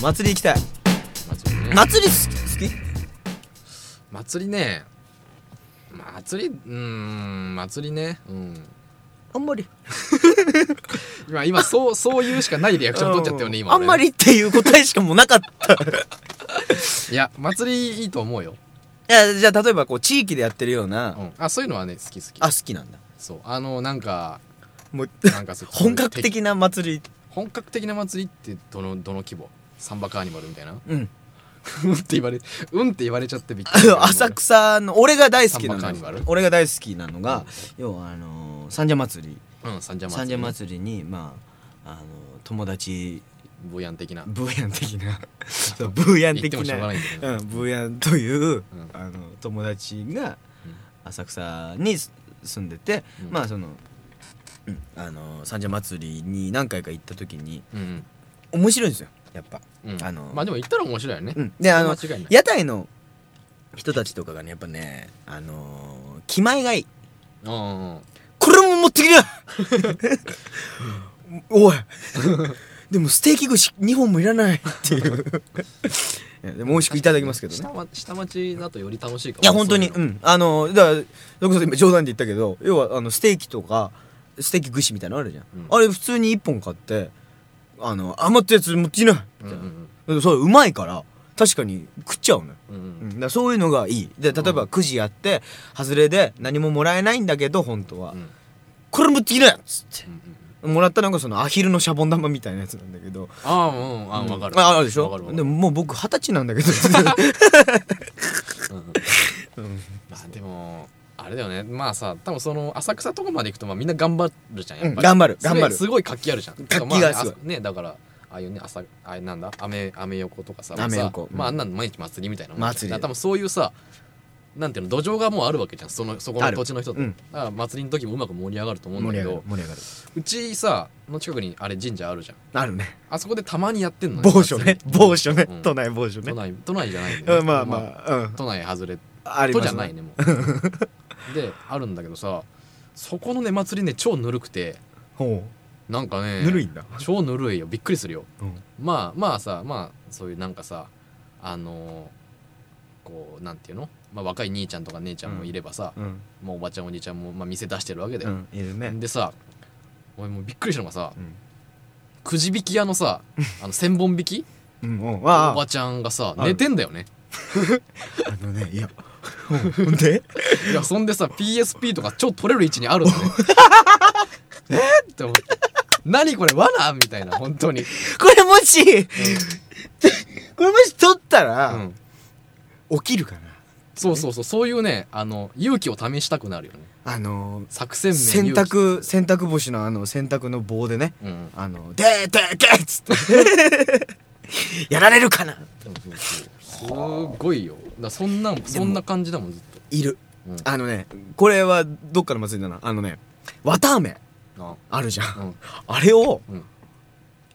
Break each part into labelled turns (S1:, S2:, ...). S1: 祭り行きたい
S2: 祭りね
S1: 祭り好き好き
S2: 祭りね祭りうーん祭りねうん
S1: あんまり
S2: 今今そう そういうしかないリアクション取っちゃったよね今
S1: あんま
S2: 俺
S1: りっていう答えしかもうなかった
S2: いや祭りいいと思うよ、
S1: いやじゃあ例えばこう地域でやってるような、
S2: うん、あそういうのはね好き好き
S1: あ好きなんだ
S2: そうあのな んか
S1: もう
S2: なんかそう
S1: 本格的な祭り
S2: 本格的な祭りってどのどの規模サンバカーニバルみたいな
S1: うん
S2: うんって言われうんって言われちゃってびっくり
S1: あの 浅草の俺が大好きな
S2: サンバカーニバル
S1: の俺が大好きなのが、要はあのー三社祭り
S2: うん三社祭
S1: 三社祭りにまああのー友達
S2: ボヤン的な
S1: ブーヤン的な そうブーヤン
S2: 言っ
S1: 的
S2: てもしょうが
S1: な
S2: ないんだけど、
S1: うん、ブーヤンという、
S2: ん
S1: あの友達が
S2: うん
S1: 浅草にす住んでて、
S2: うん
S1: まあその、うんあの三社祭りに何回か行った時に
S2: うん
S1: 面白いんですよやっぱ。
S2: うんうん
S1: あの
S2: まあでも言ったら面白いよね、
S1: うん、であの
S2: それは間違いない
S1: 屋台の人たちとかがねやっぱねあのー気前がいい
S2: うんうんうん
S1: これも持ってき なおいでもステーキ串2本もいらないっていういやでも美味しくいただきますけどね
S2: 下ま下町だとより楽しいかも
S1: いや本当に
S2: そうういうん
S1: あのだからそれこそ今冗談で言ったけど要はあのステーキとかステーキ串みたいなのあるじゃん、
S2: うん
S1: あれ普通に1本買ってあの余ったやつ持ってきなみたい
S2: のうん
S1: な、それうまいから確かに食っちゃうのよ
S2: うんうん
S1: うんだからそういうのがいいで例え
S2: う
S1: ば
S2: ん
S1: くじやって外れで何ももらえないんだけど本当は、
S2: うんうん
S1: これ持ってきなよっつって
S2: う、んうん
S1: もらったのがそのアヒルのシャボン玉みたいなやつなんだけど
S2: ああうんあ
S1: うん
S2: わかる
S1: ああるでしょ
S2: わかるわか
S1: で
S2: る
S1: ももう僕二十歳なんだけど
S2: うん うんまあでもあれだよねまあさ多分その浅草とかまで行くとまあみんな頑張るじゃんやっぱり、
S1: うん頑張る頑張る
S2: それすごい活気あるじゃん
S1: 活気がすごい
S2: まあねあねだからああいうね朝あれなんだ雨雨横とかさ
S1: アメ横
S2: さまああ
S1: うん
S2: んなの毎日祭りみたいなもんじゃん
S1: 祭り
S2: だから多分そういうさなんていうの土壌がもうあるわけじゃんそのそこ
S1: あ
S2: の
S1: る
S2: 土地の人って、
S1: うん
S2: だから祭りの時もうまく盛り上がると思うん
S1: 盛
S2: だ
S1: り
S2: け
S1: 上がる
S2: ど
S1: 盛り上がる
S2: うちさの近くにあれ神社あるじゃん
S1: あるね
S2: あそこでたまにやってんのよ
S1: 某所ね
S2: 祭り
S1: 某所ね、
S2: うん
S1: 都内某所ね
S2: 都内都内じゃないんだよ
S1: う
S2: ね
S1: んまあまあうん
S2: 都内外れ
S1: あり
S2: と
S1: ま
S2: じ
S1: す
S2: ゃないねもう であるんだけどさそこのね祭りね超ぬるくて
S1: ほ
S2: なんか
S1: う
S2: ね
S1: ぬるいんだ、
S2: 超ぬるいよびっくりするよ
S1: うん
S2: まあまあさまあそういうなんかさあのーこうなんていうの、まあ、若い兄ちゃんとか姉ちゃんもいればさ、
S1: うん
S2: もうおばちゃんおじちゃんも、まあ、店出してるわけだ
S1: う
S2: よ、
S1: んいるね、
S2: でさ俺もうびっくりしたのがさ
S1: うん
S2: くじ引き屋の さあの千本引き
S1: うんうん、
S2: お
S1: あ
S2: ばちゃんがさ
S1: ある
S2: 寝てんだ よね
S1: ああのねいやうん で
S2: いやそんでさ PSP とか超取れる位置にある のねえっって思って何これ罠みたいな本当に、
S1: これもし、これもし取った
S2: う
S1: ら、
S2: んうん
S1: 起きるかな
S2: そうそうそうそういうねあの勇気を試したくなるよね
S1: あのー
S2: 作戦面
S1: 洗
S2: 勇気
S1: 濯洗濯干しのあの洗濯の棒でね
S2: うんうん
S1: あの「でーでーでー」っつ ってやられるかな
S2: そうそうそうすごいよだからそんなんそんな感じだもんずっと
S1: いる、
S2: うん
S1: あのねこれはどっかの祭りだなあのね綿あめ
S2: あ
S1: あるじゃん、
S2: うん
S1: あれを
S2: うん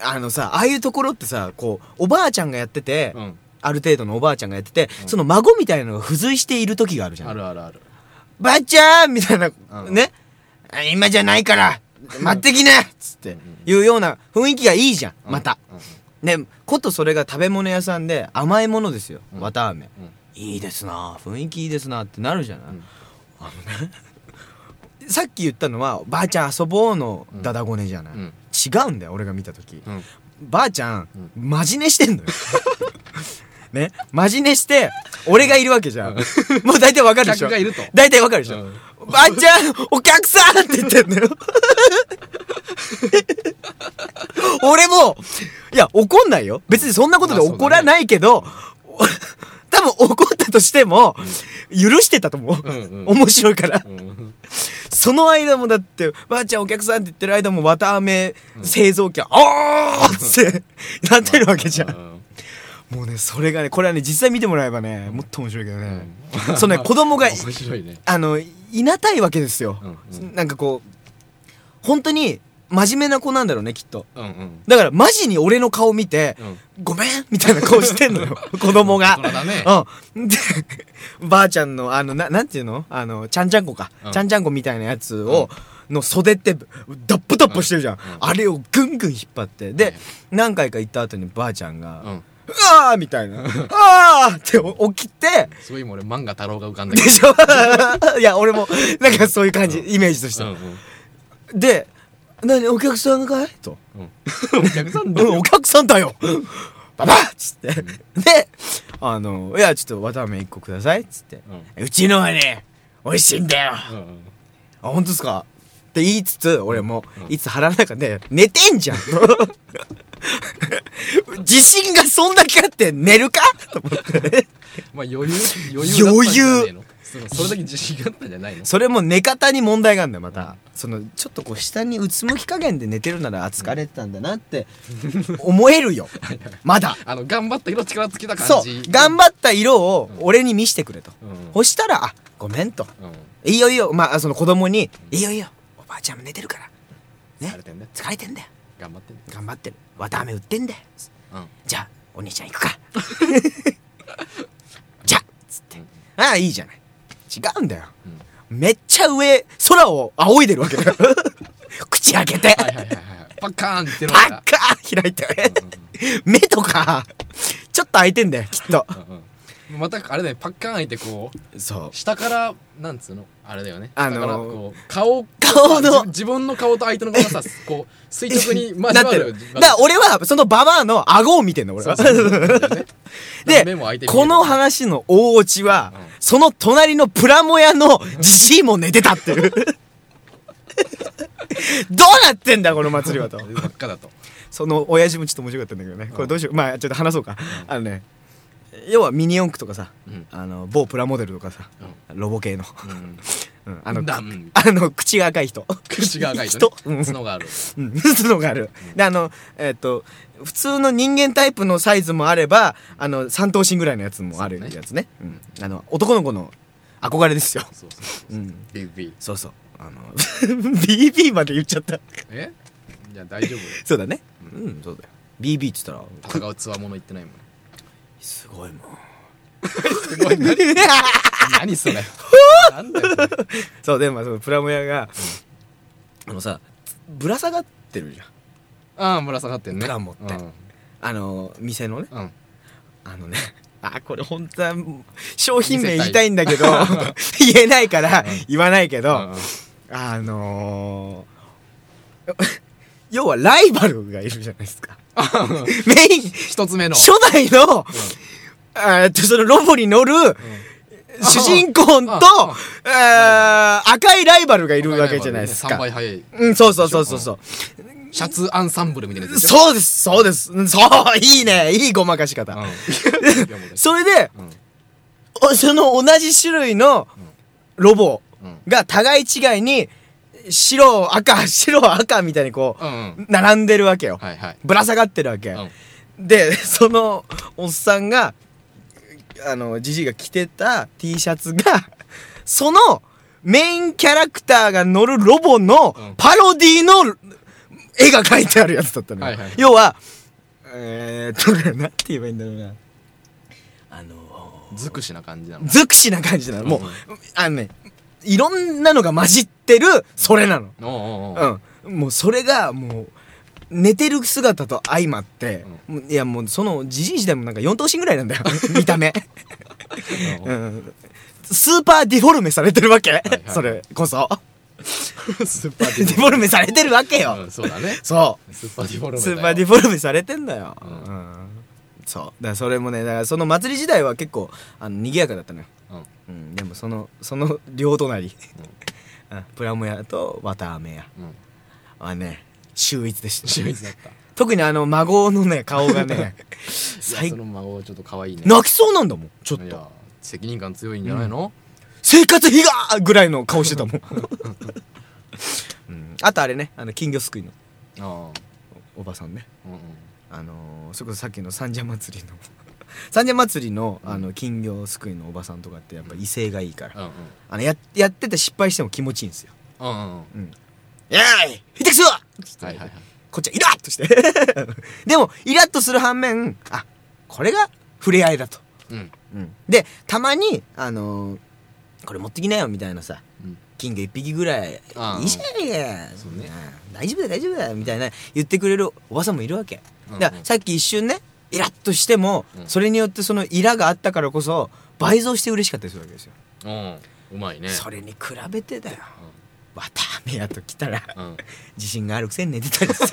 S1: あのさああいうところってさこうおばあちゃんがやってて、
S2: うん
S1: ある程度のおばあちゃんがやってて、
S2: うん
S1: その孫みたいなのが付随している時があるじゃん
S2: あるあるある
S1: ばあちゃんみたいな、
S2: うん
S1: ね。あ今じゃないから待ってきなっつっていうような雰囲気がいいじゃん、また。
S2: うん
S1: ね、ことそれが食べ物屋さんで甘いものですよ、
S2: うん
S1: 綿あめ。
S2: うん
S1: いいですなあ雰囲気いいですなあってなるじゃない、
S2: うん
S1: さっき言ったのは、ばあちゃん遊ぼうのダダゴネじゃない、
S2: う
S1: 違
S2: ん
S1: うんだよ、俺が見た時
S2: うん
S1: ばあちゃん、マジ寝してんのよ。 ね、マジ寝して、俺がいるわけじゃん。もう大体わかるでしょ。
S2: 客がいると
S1: 大体わかるでしょ。
S2: うん
S1: ばあちゃん、お客さんって言ってんのよ。 俺も、いや、怒んないよ。別にそんなことで
S2: まあそうだね
S1: 怒らないけど、多分怒ったとしても、許してたと思う。
S2: うんうん
S1: 面白いから。
S2: うん
S1: その間もだって、ばあちゃんお客さんって言ってる間も、綿あめ製造機は、おーってなってるわ けじゃん。
S2: うん
S1: もうね、それがね、これはね、実際見てもらえばね、もっと面白いけど
S2: う
S1: ね。
S2: ん
S1: そうね、子供が、
S2: 面白いね
S1: あの、いなたいわけですよ。
S2: うんうん
S1: なんかこう、本当に、真面目な子なんだろうね、きっと。
S2: うんうん
S1: だから、マジに俺の顔見て、
S2: うん
S1: ごめんみたいな顔してん のよ、子供が。
S2: 大人だね
S1: うん。で、ばあちゃんの、あの、ななんていうのあの、ちゃんちゃんこか。
S2: うん
S1: ちゃんちゃんこみたいなやつを、の袖って、ダップダップしてるじゃん。
S2: ん
S1: あれをぐんぐん引っ張って。で、何回か行った後にばあちゃんが、
S2: うん
S1: うわーみたい な。あーって起きて、
S2: すごい今俺漫画太郎が浮かんだ
S1: で
S2: けど
S1: しょいや、俺も、なんかそういう感じ、イメージとして
S2: う
S1: は。
S2: んうん
S1: で、何、お客さんかいと。
S2: うん、お客さんだ
S1: うん、
S2: よ
S1: お客さんだよババッつって。で、あの、いや、ちょっと綿あめ一個くださいっつって。うちのはね、美味しいんだよ
S2: うんうん
S1: あ、本当ですかって言いつつ、俺も
S2: うん、
S1: いつ腹の中で、寝てんじゃん。 自信がそんだけあって寝るかと思って。
S2: まあ余裕余裕だったんじゃねえのそのそれだけ自信があったんじゃないの
S1: それも寝方に問題があるんだよまた、そのちょっとこう下にうつむき加減で寝てるならあ疲れてたんだなって思える よまだ
S2: あの頑張った色力尽きた
S1: そ
S2: 感
S1: う
S2: じ
S1: 頑張った色を
S2: うん
S1: 俺に見してくれと、
S2: うん
S1: そしたら「あごめん」と「いいよいいよ」まあその子供に「いいよいいよおばあちゃんも寝てるから
S2: うん
S1: ね
S2: されてんね
S1: 疲れてんだよ
S2: 頑張ってね
S1: 頑張ってる綿あめ売ってんだよ
S2: うん
S1: じゃあお姉ちゃん行く かじゃあつって「ああいいじゃない違うんだよ」
S2: うん
S1: めっちゃ上、空を仰いでるわけだ よ。口開けて、
S2: はいはいはいはいパカーンっての
S1: パッ
S2: が
S1: カーン開いて、目とか、ちょっと開いてんだよ、きっと。
S2: うんうんうんまたあれだよパッカーン開いてこう
S1: そう。
S2: 下からなんつうのあれだよね
S1: あのー
S2: だからこう顔
S1: 顔の
S2: じ自分の顔と相手の顔がさこう垂直に
S1: なってる。だから俺は、そのババアの顎を見てんの、俺は。で
S2: 目も開いて、見える
S1: この話の大オチは
S2: うん、
S1: その隣のプラモ屋のじじいも寝てたって いう。どうなってんだこの祭りはと
S2: ばっかだと
S1: その親父もちょっと面白かったんだけどねこれどうしようまあちょっと話そうかあのね要はミニ四駆とかさ
S2: うん
S1: あの某プラモデルとかさロボ系の、
S2: うん
S1: うん、あの
S2: ダン
S1: あの口が赤い人
S2: 口が赤い
S1: 人
S2: と
S1: うん
S2: ね角がある
S1: うん 角があるであのえっ、と普通の人間タイプのサイズもあればあの三頭身ぐらいのやつもある
S2: そうね
S1: やつねうん、あの男の子の憧れですよ、
S2: そうそう
S1: うん、
S2: ビビビ
S1: そうそうあの BB まで言っちゃった
S2: えいや大丈夫
S1: そうだねうんそうだよ BB っつったら
S2: 戦うつわもの言ってないもん
S1: すごいもん
S2: すごい何何それなんだよそれ
S1: そうでもまあそのプラモ屋が、あのさぶら下がってるじゃん
S2: ああぶら下がってんね
S1: プラモって
S2: うん
S1: あの店のね
S2: うん
S1: あのね、あ、これ本当は商品名言いたいんだけど、言えないから言わないけど、あのー、要はライバルがいるじゃないですか。
S2: うん
S1: メイン、
S2: 一つ目の
S1: 初代の、えーっと、そのロボに乗る主人公と、えー赤いライバルがいるわけじゃないです
S2: 3
S1: か
S2: 倍。早い
S1: うん、そうそうそうそうそう。
S2: シャツアンサンブルみたいなやつでしょ
S1: そうです、そうです。うんそう、いいね、いいごまかし方。
S2: うんいやもうね
S1: それで、
S2: うん
S1: おその同じ種類のロボ
S2: うん
S1: が互い違いに白赤白赤みたいにこ
S2: うんう
S1: う
S2: ん
S1: 並んでるわけよ、
S2: はいはい
S1: ぶら下がってるわけ、
S2: うん
S1: でそのおっさんがあのじじいが着てた T シャツがそのメインキャラクターが乗るロボの
S2: うん
S1: パロディの絵が描いてあるやつだったのよ、
S2: はいはい
S1: 要はえー、っとだからなんて言えばいいんだろうなあの
S2: 尽くしな感じなの
S1: 尽くしな感じなのもう、
S2: うんうん
S1: あのねいろんなのが混じってるそれなの
S2: おうおうおう
S1: うんもうそれがもう寝てる姿と相まって、もういやもうそのじじい時代もなんか4頭身ぐらいなん だよ見た目、
S2: う
S1: うんん、スーパーディフォルメされてるわけ、
S2: はい
S1: それこそ
S2: スーパー
S1: デ
S2: デ
S1: ィ
S2: ィ
S1: フォルメされてるわけよ、
S2: うんそうだね
S1: そ
S2: スーパーディフォ
S1: う
S2: ルメ
S1: スーパーディフォルメされてんだよ、うんそうだからそれもねだからその祭り時代は結構あの賑やかだったのよ
S2: ォルメ
S1: うん、でもそのその両隣、うん、プラモ屋と綿あめ屋
S2: うんうん
S1: はね秀逸でした
S2: 秀逸だった
S1: 特にあの孫のね顔 がね
S2: 最
S1: 最
S2: その孫ちょっと可愛いね
S1: 泣きそうなんだもんちょっ
S2: い
S1: と
S2: や責任感強いんじゃないの
S1: 生活費がぐらいの顔してたもん、うん、 あとあれねあの金魚すくいの
S2: あ
S1: おばさんね
S2: あうんうん
S1: あのー、それこそさっきの三社祭りの 三社祭りのあの金魚すくいのおばさんとかってやっぱ威勢がいいから
S2: うんうん
S1: あのややってて失敗しても気持ちいいんですよ
S2: うんうんうん
S1: 「イエーイひてくそ!」
S2: はいはいはい
S1: こっちはイラッとして でもイラッとする反面あこれが触れ合いだと、
S2: うん
S1: うん、でたまにあのーこれ持ってきなよみたいなさ
S2: うん
S1: 金魚一匹ぐらいいい
S2: あー
S1: じゃないか
S2: そうね
S1: あー大丈夫だよ大丈夫だよみたいな言ってくれるおばさんもいるわけ
S2: うんうん
S1: だからさっき一瞬ねイラッとしても、
S2: うん
S1: それによってそのイラがあったからこそ倍増して嬉しかったりするわけですよ、
S2: うんうまいね
S1: それに比べてだよ、綿あめやと来たら
S2: うん
S1: 自信があるくせに寝てたり さ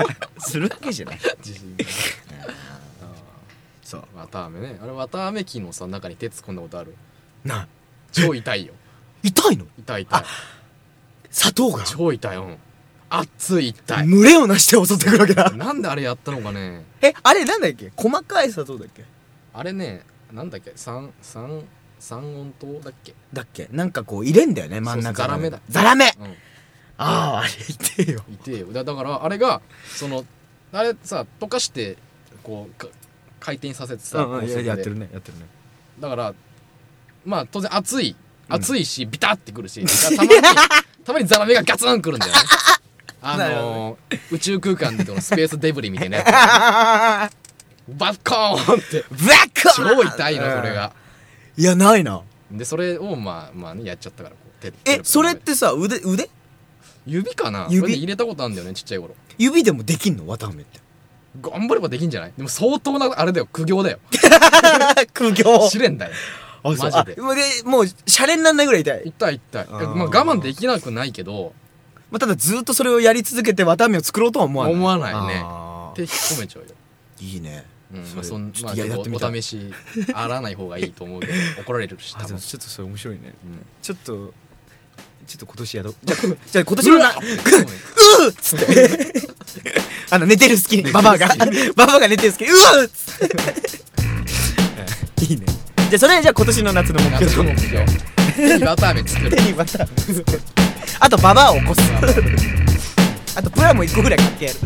S1: するわけじゃない
S2: 自信が
S1: そう
S2: 綿あめねあれ綿あめ機のさ中に手突っ込んだことある
S1: な
S2: 超痛いよ
S1: 痛いの
S2: 痛い痛い
S1: 砂糖が
S2: 超痛いうん熱い痛い
S1: 群れをなして襲ってくるわけだ
S2: なんであれやったのかね
S1: えあれなんだっけ細かい砂糖だっけ
S2: あれねなんだっけ三三三温糖だっけ
S1: だっけなんかこう入れんだよね真ん中
S2: そうそうザラメだ
S1: ザラメ
S2: うん
S1: あああれ痛えよ
S2: 痛えよだだからあれがそのあれさ溶かしてこうか回転させてさ、
S1: うんうん
S2: 高
S1: い
S2: 速
S1: や
S2: で
S1: やってるねや ってるね
S2: だからまあ当然熱い
S1: うん
S2: 熱いし、ビタってくるしだからたまに たまにザラメがガツンくるんだよねあ
S1: なるほ
S2: のー宇宙空間でのスペースデブリみたいなやつ
S1: ああ
S2: バッコーンって
S1: ブラック
S2: 超痛いのそれが
S1: いやないな
S2: でそれをまあまあねやっちゃったからこう手で
S1: えそれってさ腕腕
S2: 指かな
S1: 指
S2: 指入れたことあるんだよねちっちゃい頃
S1: 指でもできんの綿あめ って
S2: 頑張ればできんじゃないでも相当なあれだよ苦行だよ
S1: 苦行
S2: 試練だよ
S1: あそう
S2: マジで
S1: あもうでもうシャレになんないぐらい痛い、
S2: 痛い痛い
S1: あー
S2: まあ我慢できなくないけど
S1: まあ、ただずっとそれをやり続けて綿あめを作ろうとは思わない
S2: 思わないね
S1: あ
S2: 手
S1: ー
S2: 引っ込めちゃうよ
S1: いいね
S2: うん
S1: そ
S2: ま
S1: れ
S2: あそん
S1: ちょ
S2: ま
S1: っ
S2: あ
S1: とや
S2: ちょっ
S1: って
S2: と
S1: みたい
S2: お試し洗わない方がいいと思うけど怒られるし
S1: あ
S2: 多
S1: で
S2: 分
S1: もちょっとそれ面白いね
S2: うん
S1: ちょっとちょっと今年やろうじゃあこじゃあ今年のな
S2: ごめ
S1: う
S2: ん
S1: っつってあの寝てる隙にババアがババアが寝てる隙にうわっつっていいねじゃあそれじゃあ今年の夏の目標
S2: 夏の目標手にバター飴作る
S1: 手にま たあとババアを起こすあとプラも1個ぐらい買ってやる